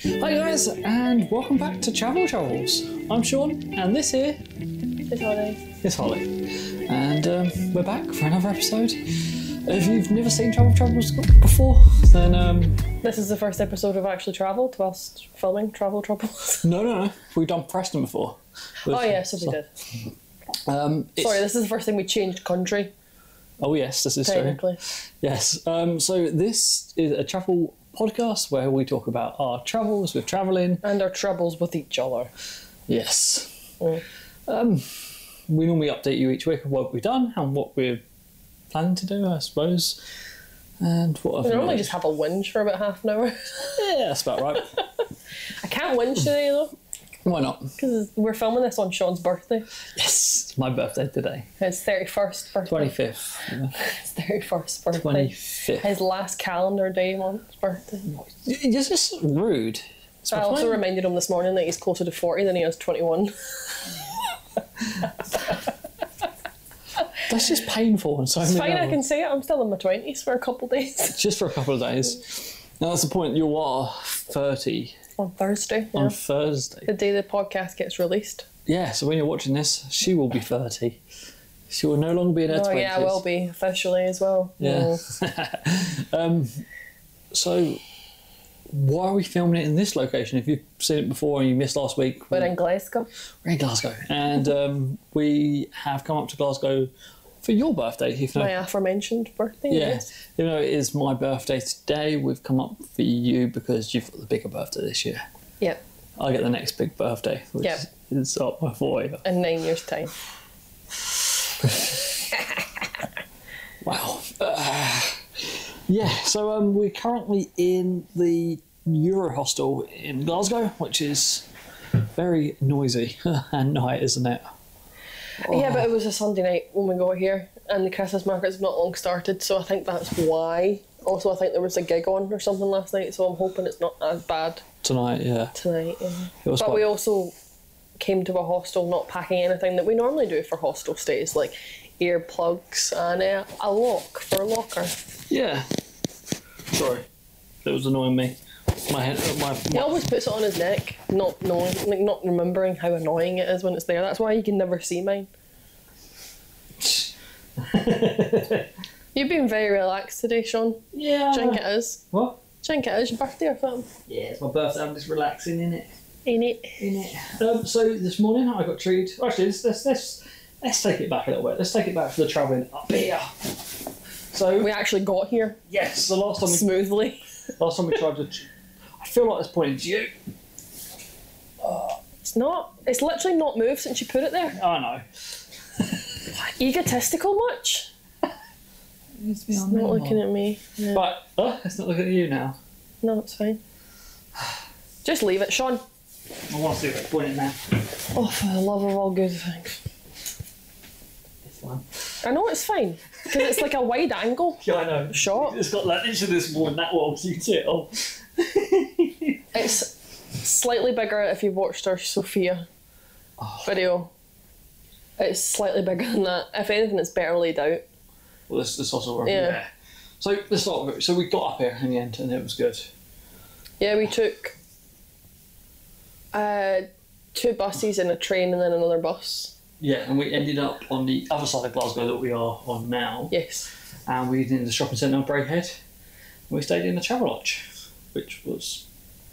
Hi guys, and welcome back to Travel Travels. I'm Sean, and this here It's holiday. is Holly, and um, we're back for another episode. If you've never seen Travel Travels before, then um, This is the first episode of actually travel to us filming travel troubles. no, no, no, we've done Preston before. oh yeah, so we did. Um, it's- Sorry, this is the first thing we changed country oh yes, this is true. technically. Yes. Um, so this is a travel podcast where we talk about our travels with traveling. And our troubles with each other. Yes. Mm. Um, we normally update you each week of what we've done and what we're planning to do, I suppose. And what We other normally news? just have a whinge for about half an hour. yeah, that's about right. I can't whinge today though, Why not? because we're filming this on Sean's birthday. Yes, it's my birthday today, His thirty first birthday. twenty fifth, His thirty first birthday. twenty fifth. His last calendar day month birthday. It's just rude. It's I my also plan. reminded him this morning that he's closer to forty than he is twenty one. That's just painful and so It's many fine, I levels. can say it. I'm still in my twenties for a couple days. Just for a couple of days. Now that's the point. You are thirty on Thursday. Yeah. on Thursday. the day the podcast gets released. Yeah, so when you're watching this, she will be 30. She will no longer be in her oh 20s. yeah, I will be officially as well. Yeah. Mm. Um, So, why are we filming it in this location? If you've seen it before and you missed last week, We're in Glasgow. we're in Glasgow. And um, we have come up to Glasgow for your birthday. If My not, aforementioned birthday. yeah, yes. even though it is my birthday today, we've come up for you because you've got the bigger birthday this year. Yeah. I get the next big birthday, which Yeah. is up my 40. In nine years' time. Wow. yeah, so um, we're currently in the Euro Hostel in Glasgow, which is very noisy at night, isn't it? Oh. Yeah, but it was a Sunday night when we got here, and the Christmas market's not long started, so I think that's why. Also, I think there was a gig on or something last night, so I'm hoping it's not as bad Tonight, yeah. tonight. yeah. It was But quite- we also came to a hostel not packing anything that we normally do for hostel stays, like earplugs and uh, a lock for a locker. Yeah. Sorry, that was annoying me. My head, my, He my always puts it on his neck, not knowing, like not remembering how annoying it is when it's there. That's why you can never see mine. You've been very relaxed today, Sean. yeah. Drink it is. What? Drink it is your birthday or something. Yeah, it's my birthday. I'm just relaxing in it. Ain't it? In it. Um, so this morning I got treated. Actually, let's let's, let's let's take it back a little bit. Let's take it back to the travelling up here. So We actually got here yes, the last time we smoothly. Last time we tried to. I feel like this pointed to you. It's not. It's literally not moved since you put it there. I know. Egotistical much? It's not looking at me. But oh, it's not looking at you now. No, it's fine. Just leave it, Sean. I want to see if it's pointing now. Oh, for the love of all good things. This one. I know it's fine because it's like a wide angle. Yeah, I know. Sure. It's got that inch of this wall and that wall, so you can see it all. It's slightly bigger if you watched our Sophia video. It's slightly bigger than that. If anything, it's better laid out. Well, this, this also worked. Yeah. So let's start with it. So we got up here in the end and it was good. Yeah, we took uh, two buses and a train and then another bus. Yeah, and we ended up on the other side of Glasgow that we are on now. Yes. And we did the shopping centre on Braidhead. We stayed in the travel lodge, which was.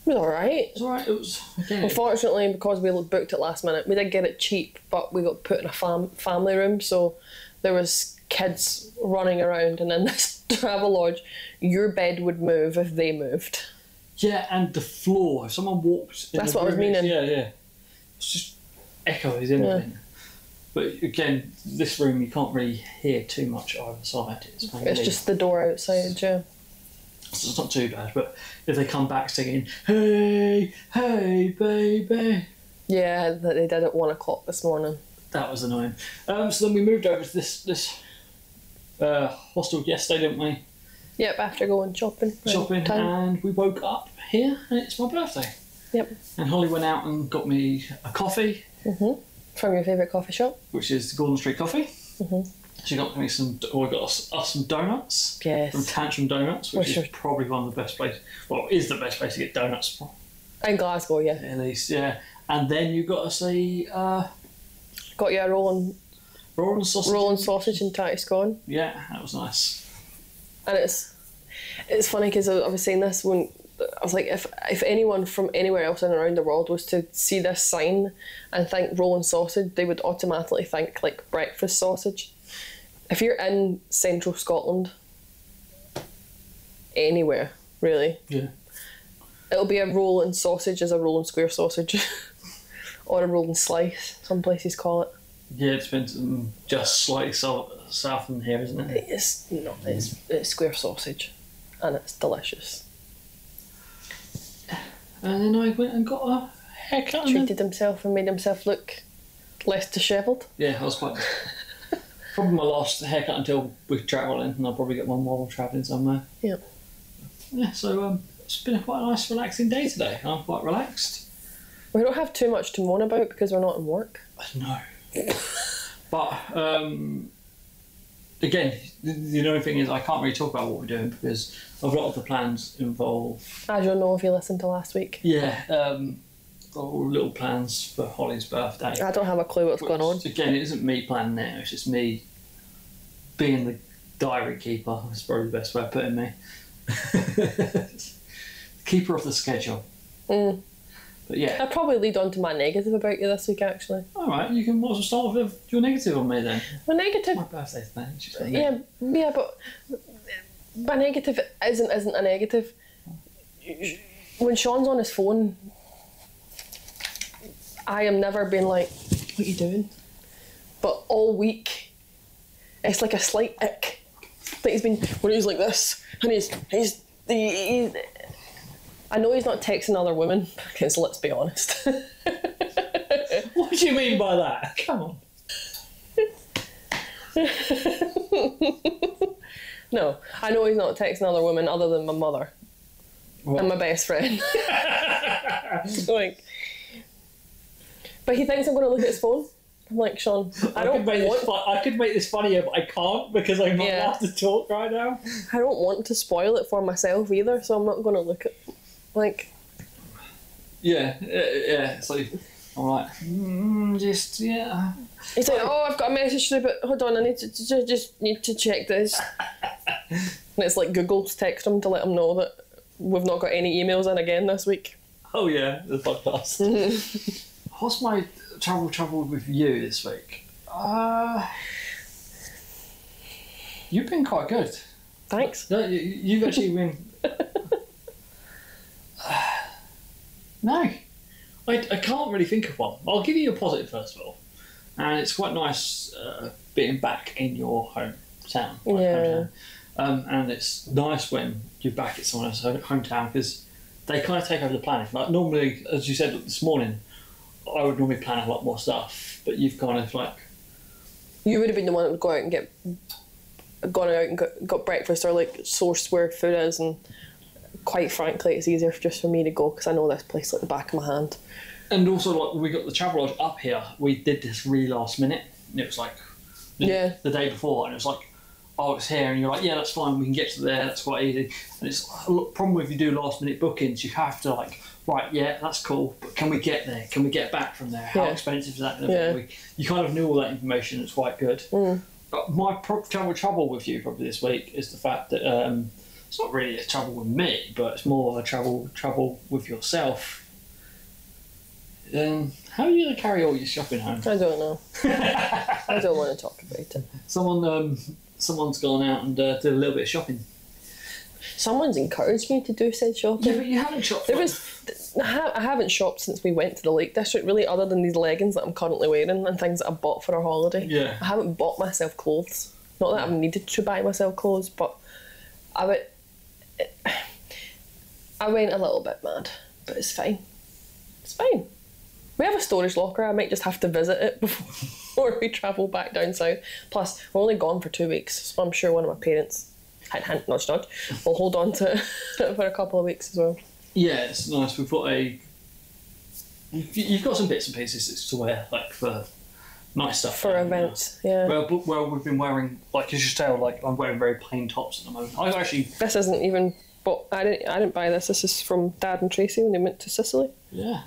It was alright. It was alright, it was. Again, Unfortunately, because we booked it last minute, we did get it cheap, but we got put in a fam- family room, so there was kids running around, and in this travel lodge, your bed would move if they moved. Yeah, and the floor. If someone walked, in That's the what I was room, it's- meaning. Yeah, yeah. It's just echoes, isn't Yeah. it? But again, this room you can't really hear too much either side. It's, mainly- It's just the door outside, yeah. so it's not too bad. But if they come back singing, "Hey, hey, baby," Yeah, that they did at one o'clock this morning. that was annoying. Um, so then we moved over to this this uh, hostel yesterday, didn't we? Yep, after going shopping. around Shopping, uh, town. and we woke up here, and it's my birthday. Yep, And Holly went out and got me a coffee. from your favourite coffee shop. which is the Gordon Street Coffee. Mm-hmm. She got me some, or got us, us some donuts from Yes. Tantrum Donuts, which Which is are- probably one of the best places. Well, is the best place to get donuts from. In Glasgow, yeah. At least, yeah. And then you got to see uh, Got you a rolling, Roland Sausage. rolling sausage and Tatiscon. Yeah, that was nice. and it's it's funny because I, I was saying this when I was like, if if anyone from anywhere else in and around the world was to see this sign and think rolling sausage, they would automatically think like breakfast sausage. If you're in central Scotland, anywhere really, Yeah. it'll be a roll and sausage as a roll and square sausage, or a roll and slice. Some places call it. Yeah, it's been um, just slightly south, south from here, isn't it? It's not. It's, it's square sausage, and it's delicious. And then I went and got a haircut. and then- treated himself and made himself look less dishevelled. Yeah, I was quite. probably my last haircut until we're travelling, and I'll probably get one more while travelling somewhere. Yeah. Yeah, so um, it's been a quite nice, relaxing day today. I'm quite relaxed. We don't have too much to moan about because we're not in work. No. but um, again, the, the only thing is I can't really talk about what we're doing because a lot of the plans involve I don't know if you listened to last week. Yeah, um, all little plans for Holly's birthday. I don't have a clue what's Which, going Ah, on. Again, it isn't me planning it. It's just me being the diary keeper. That's probably the best way of putting me. keeper of the schedule. Mm. But yeah, I'd probably lead on to my negative about you this week, actually. all right. You can also start with your negative on me then. My negative, My birthday's then. she's got me. yeah, yeah, but my negative isn't isn't a negative. When Sean's on his phone, I am never been like, "What you doing?" But all week, it's like a slight ick that he's been when he's like this, and he's he's he's. I know he's not texting other women because let's be honest. What do you mean by that? Come on. no, I know he's not texting other women other than my mother. and my best friend. like, but he thinks I'm going to look at his phone. I'm like, Sean, I I, could don't make want, this fu- I could make this funnier, but I can't because I'm not Yeah. allowed to talk right now. I don't want to spoil it for myself either. So I'm not going to look at, like, Yeah, uh, yeah. So I'm like, mm, just yeah. he's like, oh, I've got a message through, but hold on, I need to, to- to just need to check this. and it's like Google's text him to let him know that we've not got any emails in again this week. Oh yeah, the podcast. What's my trouble trouble with you this week? Uh, you've been quite good. Thanks. No, you, you've actually been. no, I, I can't really think of one. I'll give you a positive first of all, and it's quite nice uh, being back in your hometown. my Yeah. hometown. Um, and it's nice when you're back at someone else's home- hometown because they kind of take over the planning. Like normally, as you said this morning, I would normally plan a lot more stuff, but you've kind of like You would have been the one that would go out and get gone out and got, got breakfast or like sourced where food is and quite frankly it's easier just for me to go because I know this place like the back of my hand And also, like, when we got the travel lodge up here, we did this really last minute. And it was like the, Yeah. the day before, and it was like, oh, it's here. And you're like, yeah, that's fine. We can get to there. That's quite easy. And it's a lot- problem if you do last minute bookings, you have to, like, right, yeah, that's cool. But can we get there? Can we get back from there? How Yeah. expensive is that going to Yeah. Mm. be? We- You kind of knew all that information. It's quite good. But my pro- trouble, trouble with you probably this week is the fact that um, it's not really a trouble with me, but it's more of a trouble trouble with yourself um, how are you going to carry all your shopping home? I don't know I don't want to talk about it Someone, um, someone's gone out and uh, did a little bit of shopping. someone's encouraged me to do said shopping but you haven't shopped. there was I ha- I haven't shopped since we went to the Lake District really other than these leggings that I'm currently wearing and things that I bought for our holiday Yeah. I haven't bought myself clothes not that I've needed to buy myself clothes but I went I went a little bit mad but it's fine it's fine we have a storage locker I might just have to visit it before we travel back down south plus we're only gone for two weeks so I'm sure one of my parents hint hint nudge nudge will hold on to it for a couple of weeks as well Yeah, it's nice. We've got a. You've you've got some bits and pieces to wear, like for nice stuff for um, events. Yeah. Well, but, well, we've been wearing like as you tell, like I'm wearing very plain tops at the moment. I've actually this isn't even bought. I didn't. I didn't buy this. This is from Dad and Tracy when they went to Sicily. Yeah.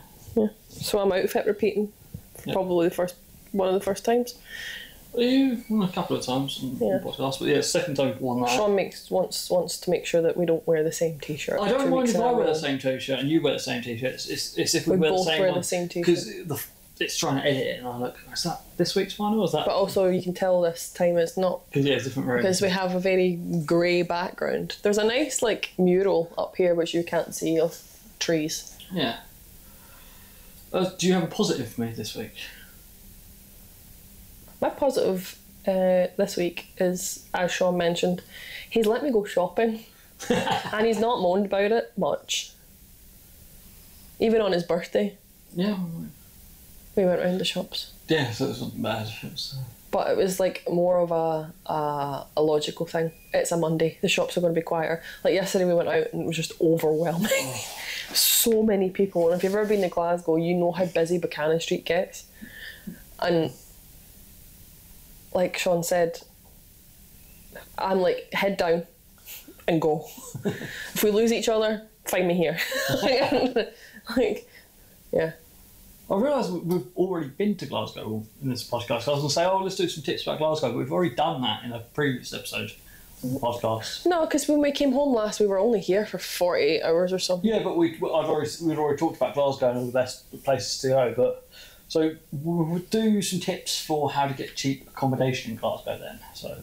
So I'm outfit repeating, for Yeah. probably the first one of the first times. Well, you won a couple of times on Yeah. yeah. podcast, but yeah, second time you've won that. Sean makes wants wants to make sure that we don't wear the same T-shirt. I for two don't mind weeks if in I a wear row. the same t-shirt and you wear the same t-shirt. It's, it's, it's if we, We wear the both same wear one. the same t-shirt. Because the, it's trying to edit it and I look, is that this week's one or is that... But also, you can tell this time it's not Because yeah, it's different room. because we have a very grey background. There's a nice like mural up here which you can't see of trees. Yeah. Uh, do you have a positive for me this week? My positive uh, this week is, as Sean mentioned, he's let me go shopping, and he's not moaned about it much. Even on his birthday, Yeah. we went round the shops, Yeah, so it's not bad. It's, uh, but it was like more of a a, a logical thing. It's a Monday; the shops are going to be quieter. Like yesterday, we went out and it was just overwhelming. so many people, and if you've ever been to Glasgow, you know how busy Buchanan Street gets. And like Sean said, I'm like head down and go. if we lose each other, find me here. like, yeah, I realise we- we've already been to Glasgow in this podcast. I was going to say, oh, let's do some tips about Glasgow, but we've already done that in a previous episode of the podcast. no, because when we came home last, we were only here for forty eight hours or something. Yeah, but we I'd already we'd already talked about Glasgow and all the best places to go. But so we would do some tips for how to get cheap accommodation in Glasgow. Then, so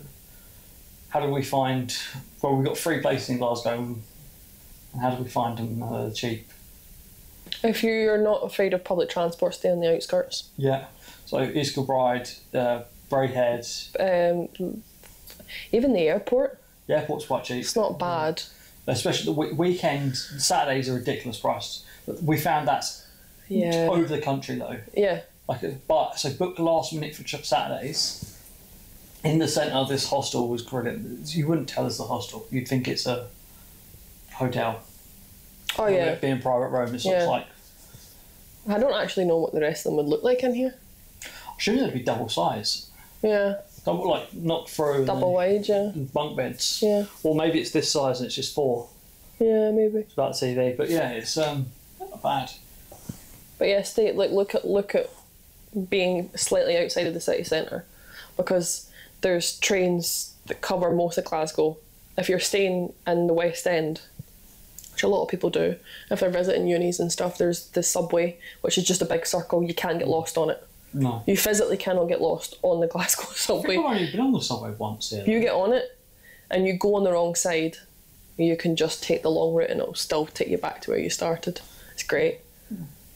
how do we find? Well, we've got three places in Glasgow. And how do we find them uh, cheap? If you're not afraid of public transport, stay on the outskirts. Yeah. So East Kilbride, uh, Braidhead, Um, even the airport, the airport's quite cheap. it's not bad. Especially the we- weekend Saturdays are ridiculous prices. But we found that's Yeah. over the country though. Oh, Yeah. like a, but so book last minute for ch- Saturdays. In the centre of this hostel was brilliant. You wouldn't tell us the hostel. You'd think it's a hotel. Oh With yeah. It being private room, it's sort of Yeah. like I don't actually know what the rest of them would look like in here. surely there'd be double size, Yeah. double like not through and Double wide, yeah. then bunk beds. Yeah. Or maybe it's this size and it's just four. Yeah, maybe. It's about TV, but yeah, it's um not bad. But yeah, stay like look at look at being slightly outside of the city centre because there's trains that cover most of Glasgow. If you're staying in the West End, which a lot of people do, if they're visiting unis and stuff, there's the subway, which is just a big circle. You can't get lost on it. No, You physically cannot get lost on the Glasgow I subway. think I've only been on the subway once. Yeah. If you get on it and you go on the wrong side, you can just take the long route and it'll still take you back to where you started. It's great.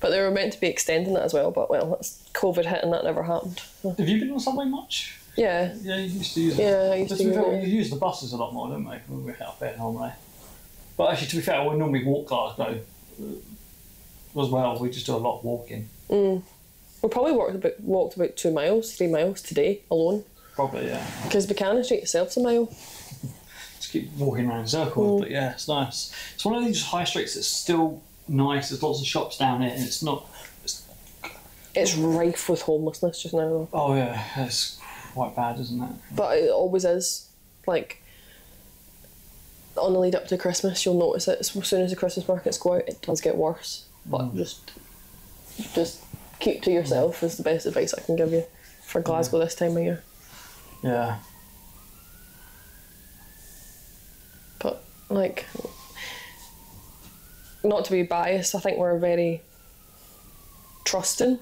But they were meant to be extending that as well, but well, that's COVID hit and that never happened. Have you been on the subway much? Yeah, Yeah, you used to use it. Yeah, I used But to be use fair, it. We use the buses a lot more, don't we? When we're out there normally. But actually, to be fair, we normally walk Glasgow uh, as well. We just do a lot of walking. we probably walked about walked about two miles, three miles today alone Probably, yeah. because Buchanan Street itself's a mile. Just keep walking around in Mm. circles. But yeah, it's nice. It's one of these high streets that's still nice. There's lots of shops down it, and it's not. It's, It's rife with homelessness just now, though. oh yeah, it's quite bad, isn't it? but it always is. Like on the lead up to Christmas, you'll notice it as soon as the Christmas markets go out, it does get worse. But just, just keep to yourself is the best advice I can give you for Glasgow this time of year. Yeah. But like, not to be biased, I think we're very trusting.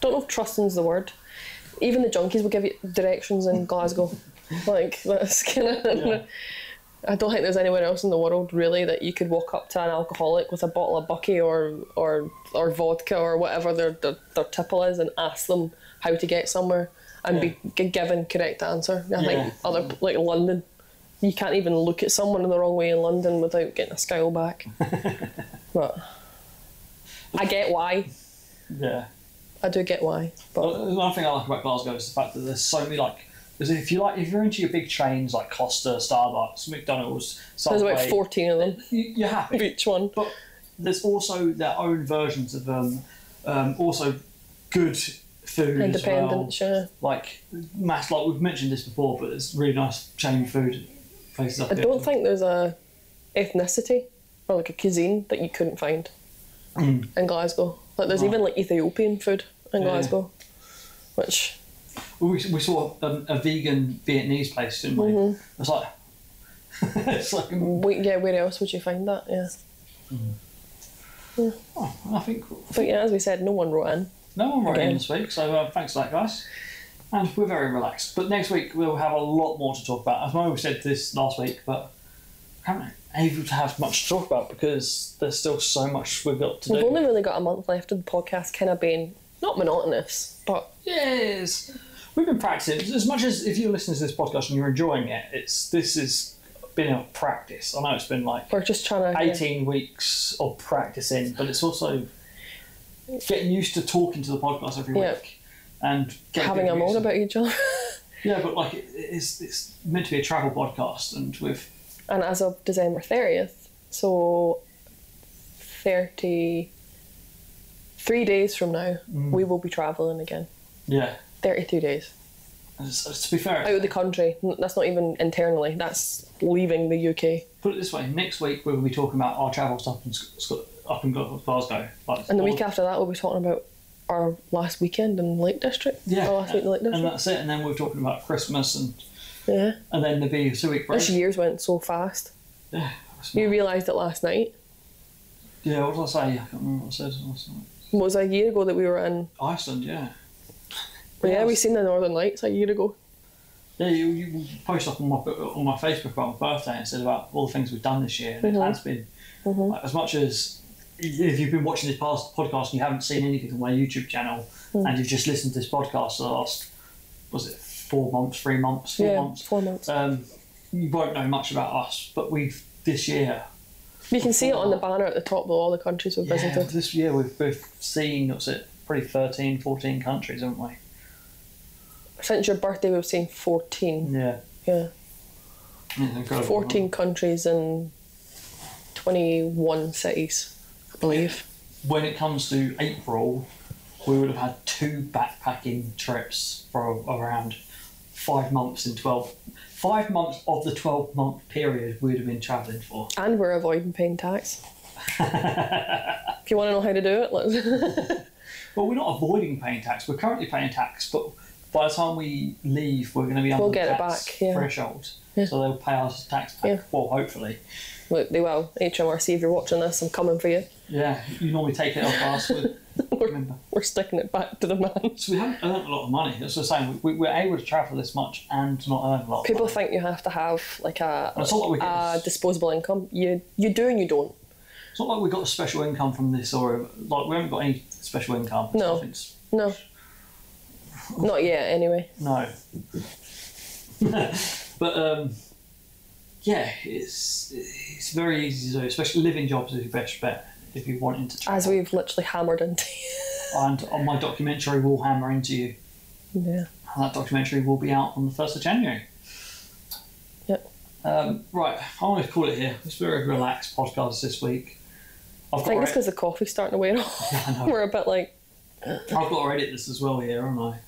Don't know if trusting's the word. Even the junkies will give you directions in Glasgow. Like that's kind of. Yeah. I don't think there's anywhere else in the world really that you could walk up to an alcoholic with a bottle of bucky or or or vodka or whatever their their, their tipple is and ask them how to get somewhere and be g- given correct answer. I Yeah. think other like London, you can't even look at someone in the wrong way in London without getting a scowl back. but I get why. Yeah. I do get why. But Well, Another thing I like about Glasgow is the fact that there's so many like. Because if you like, if you're into your big chains like Costa, Starbucks, McDonald's, there's Subway, about fourteen of them. you- you're happy. Each one. But there's also their own versions of um, um also good food as well. Independent, yeah. Like mass, like we've mentioned this before, but it's really nice chain food places. Up I here. don't think there's a ethnicity or like a cuisine that you couldn't find in Glasgow. Like there's even like Ethiopian food in Yeah. Glasgow, which Well, we, we saw um, a vegan Vietnamese place, didn't we? It's like, it's like, mm, we, yeah, where else would you find that? Yeah, oh, and I think but yeah, as we said, no one wrote in. no one wrote Okay. in this week, so uh, thanks for that, guys. And we're very relaxed. But next week we'll have a lot more to talk about. As Mo said this last week, but we haven't able to have much to talk about because there's still so much we've got to We've do. only really got a month left of the podcast, kind of being not monotonous, but Yes, we've been practicing as much as if you listen to this podcast and you're enjoying it. It's this has been a practice. I know it's been like. we're just trying to. 18 weeks of practicing, but it's also getting used to talking to the podcast every Yeah. week and getting having a good moan used to- about each other. Yeah, but like it, it's it's meant to be a travel podcast, and with and as of December 30th, so 33 days from now, we will be travelling again. yeah, 32 days it's, to be fair, out of Oh, the country. N- That's not even internally, that's leaving the UK. put it this way: next week we're going to be talking about our travel stuff in Sc- Sc- up in Glasgow, like And the all- week after that, we'll be talking about our last weekend in Lake District. Oh, Yeah, Our last week in Lake and District. that's it. And then we're talking about Christmas, and Yeah. and then there'll be a two week break. This year's went so fast. Yeah, You realised it last night. yeah. What did I say? I can't remember what I said. What was it? It was a year ago that we were in. Iceland, yeah. Yeah, we Yes. seen the Northern Lights a year ago. Yeah, you, you post up on my on my Facebook about my birthday and said about all the things we've done this year, and it Mhm. has been like, as much as if you've been watching this past podcast and you haven't seen anything on my YouTube channel, Mm. and you've just listened to this podcast for the last was it four months, three months, four yeah, months, four months. um, you won't know much about us, but we've this year, You can see it on the banner at the top though, all the countries we've yeah, visited. this year we've we've seen what's it, probably 13, 14 countries, haven't we? Since your birthday we've seen fourteen. Yeah, Yeah. yeah incredible. Fourteen countries and twenty one cities, I believe. when it comes to April, we would have had two backpacking trips for around five months in 12. Five months of the 12 month period we would have been travelling for. And we're avoiding paying tax. if you wanna know how to do it, let's Well, we're not avoiding paying tax, we're currently paying tax, but by the time we leave, we're going to be under We'll the get it tax back, yeah. threshold. So they'll pay us tax back. Yeah. Well, hopefully. Look, they will. HMRC if you're watching this, I'm coming for you. Yeah, you normally take it off us. With, remember. We're sticking it back to the man. So we haven't earned a lot of money. That's what I'm saying. We, we're able to travel this much and not earn a lot. of People Uh, money. think you have to have like a, That's not what we get. a disposable income. You you do and you don't. It's not like we got a special income from this, or like we haven't got any special income. No. Nothing's- No. Not yet anyway. no. but um, yeah, it's it's very easy to do, especially living jobs is your best bet if you want into. As we've literally hammered into and on my documentary, we'll hammer into you. Yeah. And that documentary will be out on the first of January. Yep. Um, right, I want to call it here. It's a very relaxed podcast this week. I've I think got, it's to, because the coffee's starting to wear off. I know. We're a bit like, I've got to edit this as well here, haven't I?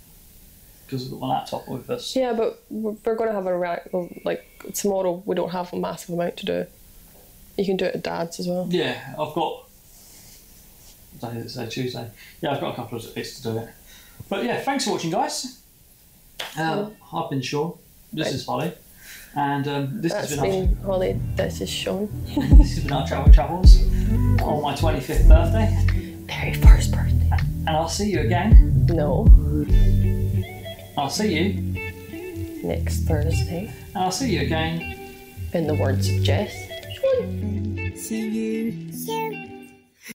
Because I've got my laptop with us. yeah, but we're, we're going to have a rack. Like, tomorrow we don't have a massive amount to do. You can do it at dad's as well. Yeah, I've got. What day is it today? Tuesday. Yeah, I've got a couple of bits to do it. But yeah, thanks for watching, guys. Um, I've been Sean. This is Holly, and um, this has That's been, been Holly. This is Sean. Our, this has been our travel travels on my twenty fifth birthday, Very first birthday. and I'll see you again. No, I'll see you, and next Thursday. I'll see you again. In the words of Jess. See you soon.